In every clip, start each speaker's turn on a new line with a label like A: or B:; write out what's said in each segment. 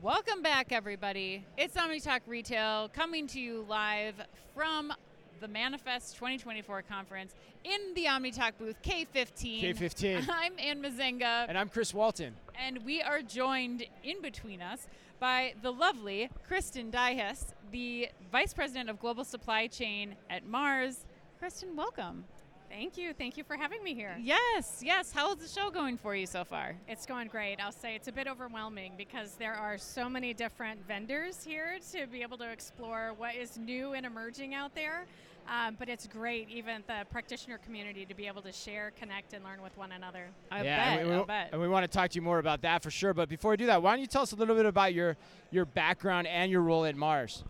A: Welcome back, everybody. It's OmniTalk Retail coming to you live from the Manifest 2024 conference in the OmniTalk booth K15.
B: K15.
A: I'm Ann Mazenga,
B: And I'm Chris Walton.
A: and we are joined in between us by the lovely Kristen Dyhes, the Vice President of Global Supply Chain at Mars. Kristen, welcome.
C: Thank you. Thank you for having me here.
A: Yes, yes. How is the show going for you so far?
C: It's going great. I'll say it's a bit overwhelming because there are so many different vendors here to be able to explore what is new and emerging out there. Um, but it's great, even the practitioner community, to be able to share, connect, and learn with one another.
A: I
B: and
A: bet.
B: we,
A: I bet.
B: And we want to talk to you more about that for sure. But before we do that, why don't you tell us a little bit about your your background and your role at Mars?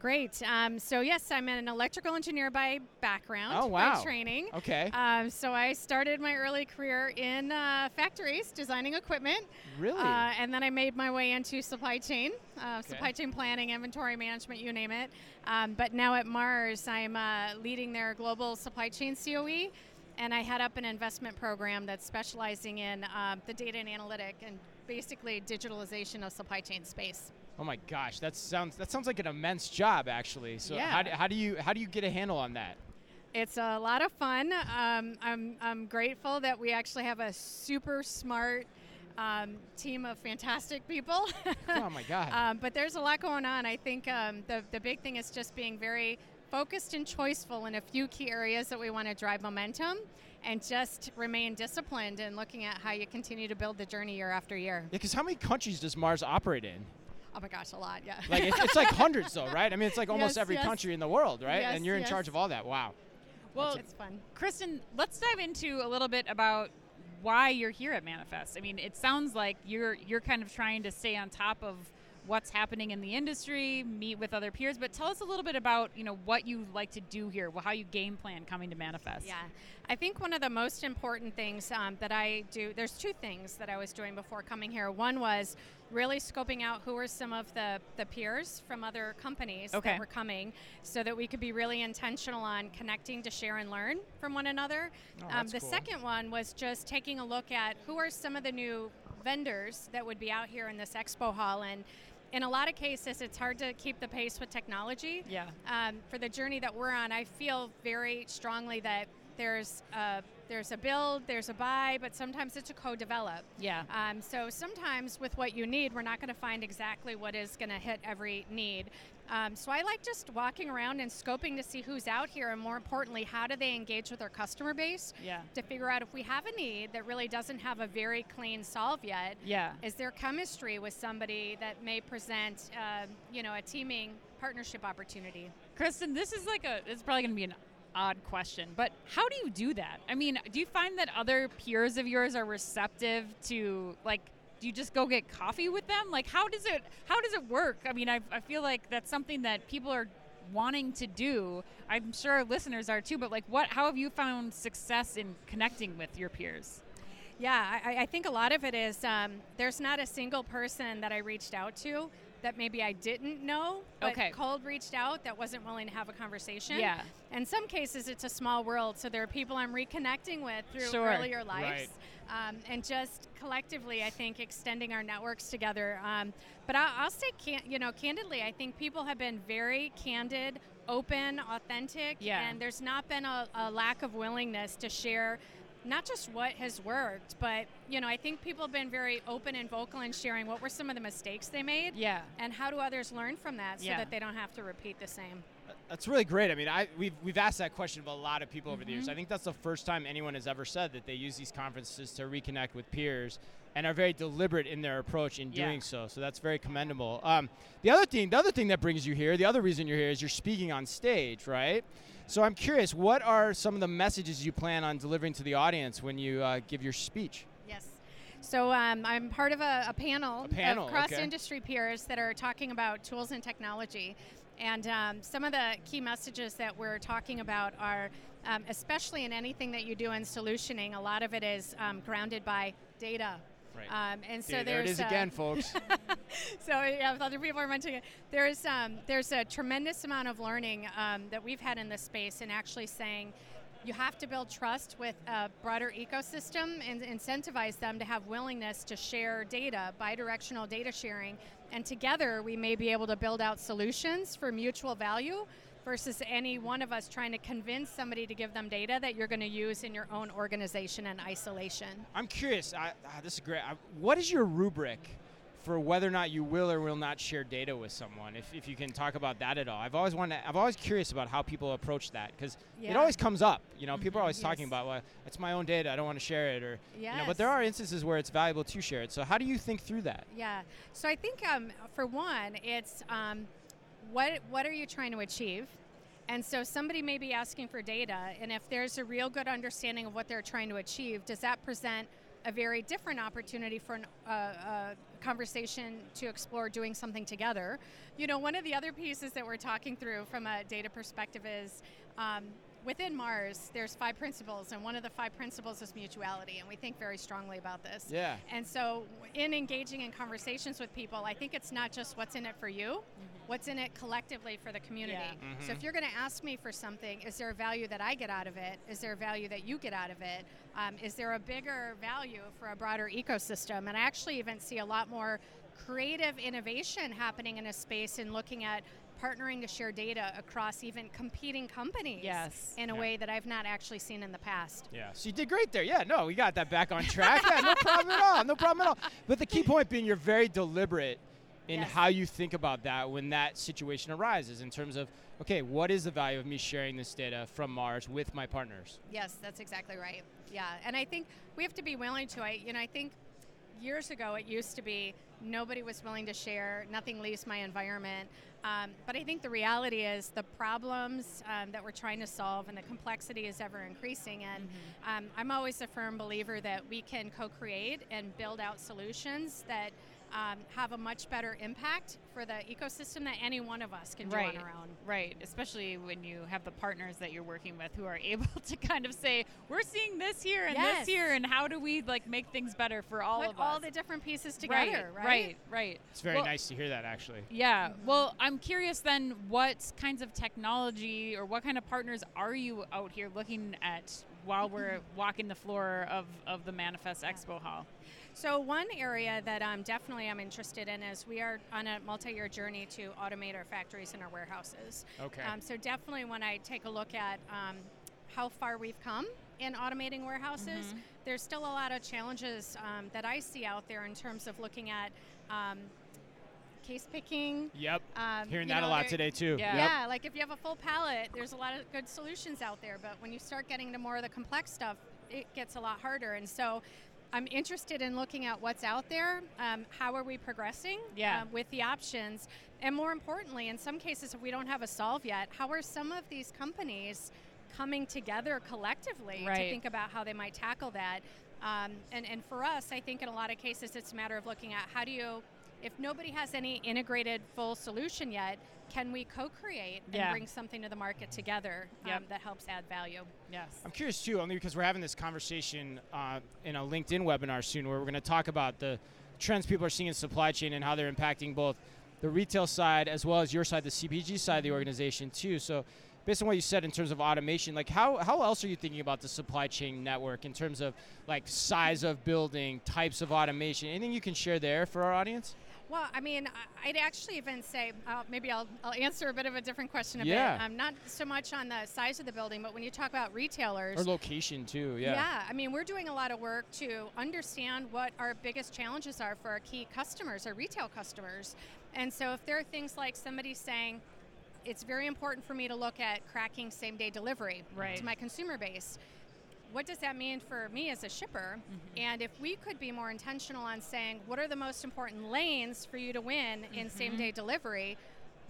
C: Great. Um, so, yes, I'm an electrical engineer by background,
B: Oh, wow.
C: by training.
B: Okay.
C: Um, so, I started my early career in uh, factories designing equipment.
B: really?
C: Uh, and then I made my way into supply chain, uh,
B: Okay.
C: supply chain planning, inventory management, you name it. Um, but now at Mars, I'm uh, leading their global supply chain COE, and I head up an investment program that's specializing in um, the data and analytic and basically digitalization of supply chain space.
B: oh my gosh, that sounds that sounds like an immense job actually. So how,
A: Yeah.
B: do, how do you how do you get a handle on that?
C: It's a lot of fun. Um, I'm, I'm grateful that we actually have a super smart um, team of fantastic people.
B: Oh my god.
C: Um, but there's a lot going on. I think um, the, the big thing is just being very focused and choiceful in a few key areas that we want to drive momentum and just remain disciplined in looking at how you continue to build the journey year after year.
B: yeah, because how many countries does Mars operate in?
C: Oh my gosh, a lot, yeah.
B: Like it's, it's like hundreds though, right? I mean, it's like almost
C: Yes,
B: every
C: yes.
B: country in the world, right?
C: Yes,
B: and you're in
C: yes.
B: charge of all that. Wow.
A: well,
C: it's fun.
A: Kristen, let's dive into a little bit about why you're here at Manifest. I mean, it sounds like you're you're kind of trying to stay on top of what's happening in the industry, meet with other peers, but tell us a little bit about, you know, what you like to do here, wh- how you game plan coming to Manifest.
C: Yeah, I think one of the most important things um, that I do. There's two things that I was doing before coming here. One was really scoping out who were some of the the peers from other companies
A: Okay.
C: that were coming, so that we could be really intentional on connecting to share and learn from one another.
B: Oh,
C: um,
B: that's
C: the
B: cool.
C: second one was just taking a look at who are some of the new vendors that would be out here in this expo hall and. In a lot of cases, it's hard to keep the pace with technology
A: Yeah.
C: um, for the journey that we're on, I feel very strongly that there's a, there's a build, there's a buy, but sometimes it's a co-develop.
A: Yeah.
C: Um, so sometimes with what you need, we're not going to find exactly what is going to hit every need. Um, so I like just walking around and scoping to see who's out here, and more importantly, how do they engage with their customer base
A: Yeah.
C: to figure out if we have a need that really doesn't have a very clean solve yet.
A: Yeah.
C: Is there chemistry with somebody that may present, um, you know, a teaming partnership opportunity?
A: Kristen, this is like a it's probably going to be an odd question, but how do you do that? I mean, do you find that other peers of yours are receptive to like do you just go get coffee with them? Like how does it how does it work? I mean, I, I feel like that's something that people are wanting to do. I'm sure our listeners are too, but like what how have you found success in connecting with your peers?
C: Yeah, I, I- I think a lot of it is um, there's not a single person that I reached out to that maybe I didn't know, but
A: Okay.
C: cold reached out that wasn't willing to have a conversation.
A: Yeah.
C: In some cases, it's a small world, so there are people I'm reconnecting with through
A: Sure.
C: earlier lives. Um, and just collectively, I think extending our networks together. Um, but I, I'll say, can, you know, candidly, I think people have been very candid, open, authentic,
A: Yeah.
C: and there's not been a, a lack of willingness to share not just what has worked, but you know, I think people have been very open and vocal in sharing what were some of the mistakes they made
A: Yeah.
C: and how do others learn from that so
A: Yeah.
C: that they don't have to repeat the same.
B: That's really great. I mean, I we've we've asked that question of a lot of people over the
C: Mm-hmm.
B: years. I think that's the first time anyone has ever said that they use these conferences to reconnect with peers and are very deliberate in their approach in
A: Yeah.
B: doing so. So that's very commendable. Um, the other thing, the other thing that brings you here, the other reason you're here is you're speaking on stage, right? So I'm curious, what are some of the messages you plan on delivering to the audience when you uh, give your speech?
C: Yes. So um, I'm part of a, a panel,
B: A panel,
C: of
B: okay.
C: cross-industry peers that are talking about tools and technology. And um, some of the key messages that we're talking about are, um, especially in anything that you do in solutioning, a lot of it is um, grounded by data.
B: Right.
C: Um, and so
B: There- there
C: there's
B: it is
C: uh,
B: again, folks.
C: so yeah, if other people are mentioning it, there's um, there's a tremendous amount of learning um, that we've had in this space, and actually saying, you have to build trust with a broader ecosystem and incentivize them to have willingness to share data, bi-directional data sharing, and together we may be able to build out solutions for mutual value versus any one of us trying to convince somebody to give them data that you're going to use in your own organization in isolation.
B: I'm curious. I, ah, this is great. I, what is your rubric for whether or not you will or will not share data with someone? If, if you can talk about that at all, I've always wanted. To, I've always curious about how people approach that because it
C: Yeah. Mm-hmm,
B: always comes up. You know, people are always talking
C: yes.
B: about well, it's my own data. I don't want to share it, or you know. But there
C: Yes.
B: are instances where it's valuable to share it. So how do you think through that?
C: Yeah. So I think um, for one, it's um, what what are you trying to achieve? And so somebody may be asking for data, and if there's a real good understanding of what they're trying to achieve, does that present a very different opportunity for an, uh, a conversation to explore doing something together? You know, one of the other pieces that we're talking through from a data perspective is. Um, Within Mars, there's five principles, and one of the five principles is mutuality, and we think very strongly about this.
B: Yeah.
C: And so, in engaging in conversations with people, I think it's not just what's in it for you, what's in it collectively for the community.
A: Yeah.
C: So, if you're going to ask me for something, is there a value that I get out of it? Is there a value that you get out of it? Um, is there a bigger value for a broader ecosystem? And I actually even see a lot more creative innovation happening in a space in looking at partnering to share data across even competing companies
A: Yes.
C: in a
B: Yeah.
C: way that I've not actually seen in the past.
B: Yeah, so you did great there. Yeah, no, we got that back on track. Yeah, no problem at all. No problem at all. But the key point being, you're very deliberate in
C: Yes.
B: how you think about that when that situation arises. In terms of, okay, what is the value of me sharing this data from Mars with my partners?
C: Yes, that's exactly right. Yeah, and I think we have to be willing to. I, you know, I think years ago it used to be nobody was willing to share. Nothing leaves my environment. Um, but I think the reality is the problems um, that we're trying to solve and the complexity is ever increasing. And
A: Mm-hmm.
C: um, I'm always a firm believer that we can co-create and build out solutions that. Um, have a much better impact for the ecosystem that any one of us can
A: right
C: do on our own.
A: right especially when you have the partners that you're working with who are able to kind of say we're seeing this here and
C: Yes.
A: this here and how do we like make things better for all
C: Put
A: of
C: all
A: us
C: the different pieces together, Mm-hmm.
A: right right right
B: It's very
A: Well,
B: nice to hear that, actually.
A: yeah well i'm curious then what kinds of technology or what kind of partners are you out here looking at while we're walking the floor of, of the manifest expo hall
C: So one area that um, definitely I'm interested in is we are on a multi-year journey to automate our factories and our warehouses.
B: Okay.
C: Um, so definitely when I take a look at um, how far we've come in automating warehouses, there's still a lot of challenges um, that I see out there in terms of looking at um, case picking.
B: Yep.
C: Um,
B: Hearing
C: you
B: that a
C: know,
B: lot
C: there-
B: today too.
A: Yeah.
B: Yep.
C: yeah, like if you have a full palette, there's a lot of good solutions out there. But when you start getting to more of the complex stuff, it gets a lot harder. And so I'm interested in looking at what's out there. Um, how are we progressing
A: Yeah.
C: um, with the options? And more importantly, in some cases, if we don't have a solve yet, how are some of these companies coming together collectively
A: Right.
C: to think about how they might tackle that? Um, and, and for us, I think in a lot of cases, it's a matter of looking at how do you if nobody has any integrated full solution yet, can we co-create and
A: Yeah.
C: bring something to the market together um,
A: Yep.
C: that helps add value?
A: yes
B: I'm curious too, only because we're having this conversation uh, in a LinkedIn webinar soon, where we're going to talk about the trends people are seeing in supply chain and how they're impacting both the retail side as well as your side, the CPG side of the organization too. So, based on what you said in terms of automation, like how how else are you thinking about the supply chain network in terms of like size of building, types of automation? Anything you can share there for our audience?
C: Well, I mean, I- I'd actually even say uh, maybe I'll, I'll answer a bit of a different question a
B: Yeah.
C: bit. Um, not so much on the size of the building, but when you talk about retailers,
B: Or location too? Yeah.
C: I mean, we're doing a lot of work to understand what our biggest challenges are for our key customers, our retail customers. And so if there are things like somebody saying, it's very important for me to look at cracking same day delivery
A: Right.
C: to my consumer base. What does that mean for me as a shipper?
B: Mm-hmm.
C: And if we could be more intentional on saying, what are the most important lanes for you to win in same
B: Mm-hmm.
C: day delivery?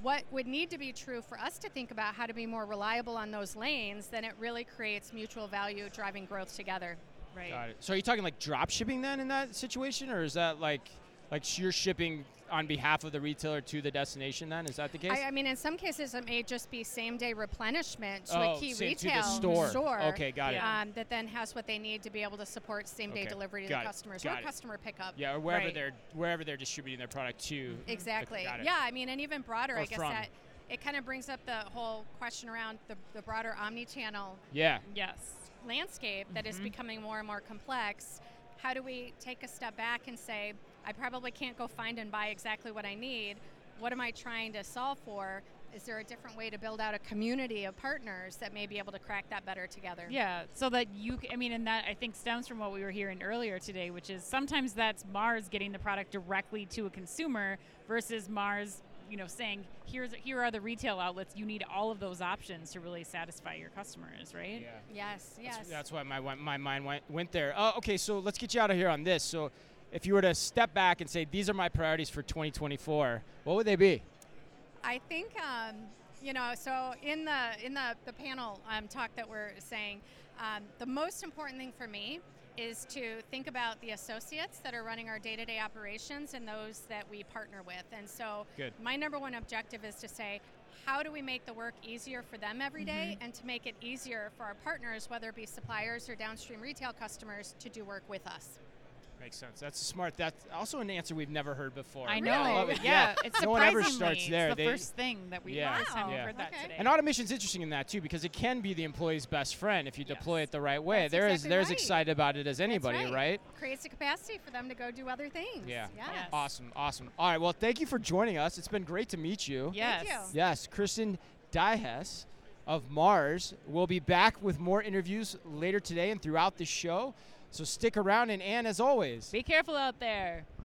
C: What would need to be true for us to think about how to be more reliable on those lanes, then it really creates mutual value driving growth together.
A: right
B: Got it. So are you talking like drop shipping then in that situation, or is that like like sh- you're shipping on behalf of the retailer to the destination? Then is that the case?
C: I, I mean, in some cases, it may just be same day replenishment to
B: Oh,
C: a key
B: same- to the
C: retail
B: store. Okay, got it.
A: Yeah.
C: Um, that then has what they need to be able to support same day
B: Okay,
C: delivery to
B: got it,
C: the customers
B: got
C: or
B: it.
C: customer pickup.
B: yeah, or wherever
A: Right.
B: they're wherever they're distributing their product to.
C: Exactly.
B: Mm, Got it. Oh,
C: Yeah, I mean, and even broader,
B: Or
C: I guess
B: from.
C: that it kind of brings up the whole question around the, the broader omni-channel
B: Yeah.
A: Yes.
C: landscape that is
B: Mm-hmm.
A: Mhm.
C: becoming more and more complex, how do we take a step back and say, I probably can't go find and buy exactly what I need. What am I trying to solve for? Is there a different way to build out a community of partners that may be able to crack that better together?
A: Yeah, so that you, c- I mean, and that I think stems from what we were hearing earlier today, which is sometimes that's Mars getting the product directly to a consumer versus Mars, you know, saying here's here are the retail outlets. You need all of those options to really satisfy your customers, right?
C: Yes, yes.
B: That's, that's why my, wi- my mind went, went there. Uh, okay, so let's get you out of here on this. So, if you were to step back and say, these are my priorities for 2024, what would they be?
C: I think um, you know. So in the in the the panel um, talk that we're saying, um, the most important thing for me is to think about the associates that are running our day-to-day operations and those that we partner with. And so
B: Good.
C: my number one objective is to say. How do we make the work easier for them every day
B: Mm-hmm.
C: and to make it easier for our partners, whether it be suppliers or downstream retail customers, to do work with us?
B: Makes sense. That's smart. That's also an answer we've never heard before.
A: I
B: We
A: know.
B: love it.
A: Yeah, it's
B: No one ever starts
A: surprisingly,
B: there.
A: It's the
B: They-
A: first thing that we
B: Yeah.
A: first time we've
B: Wow.
A: heard that
C: Okay.
A: today.
B: And automation's interesting in that too because it can be the employee's best friend if you deploy it the right way.
C: That's
B: They're as
C: exactly
B: they're as
C: right.
B: excited about it as anybody,
C: right.
B: right?
C: Creates the capacity for them to go do other things.
B: Yeah.
C: Yes.
A: Yes.
B: Awesome, awesome. All right, well, thank you for joining us. It's been great to meet you.
A: yes.
C: you.
B: Yes, Kristen Dihes of Mars will be back with more interviews later today and throughout the show. So stick around and Anne as always.
A: Be careful out there.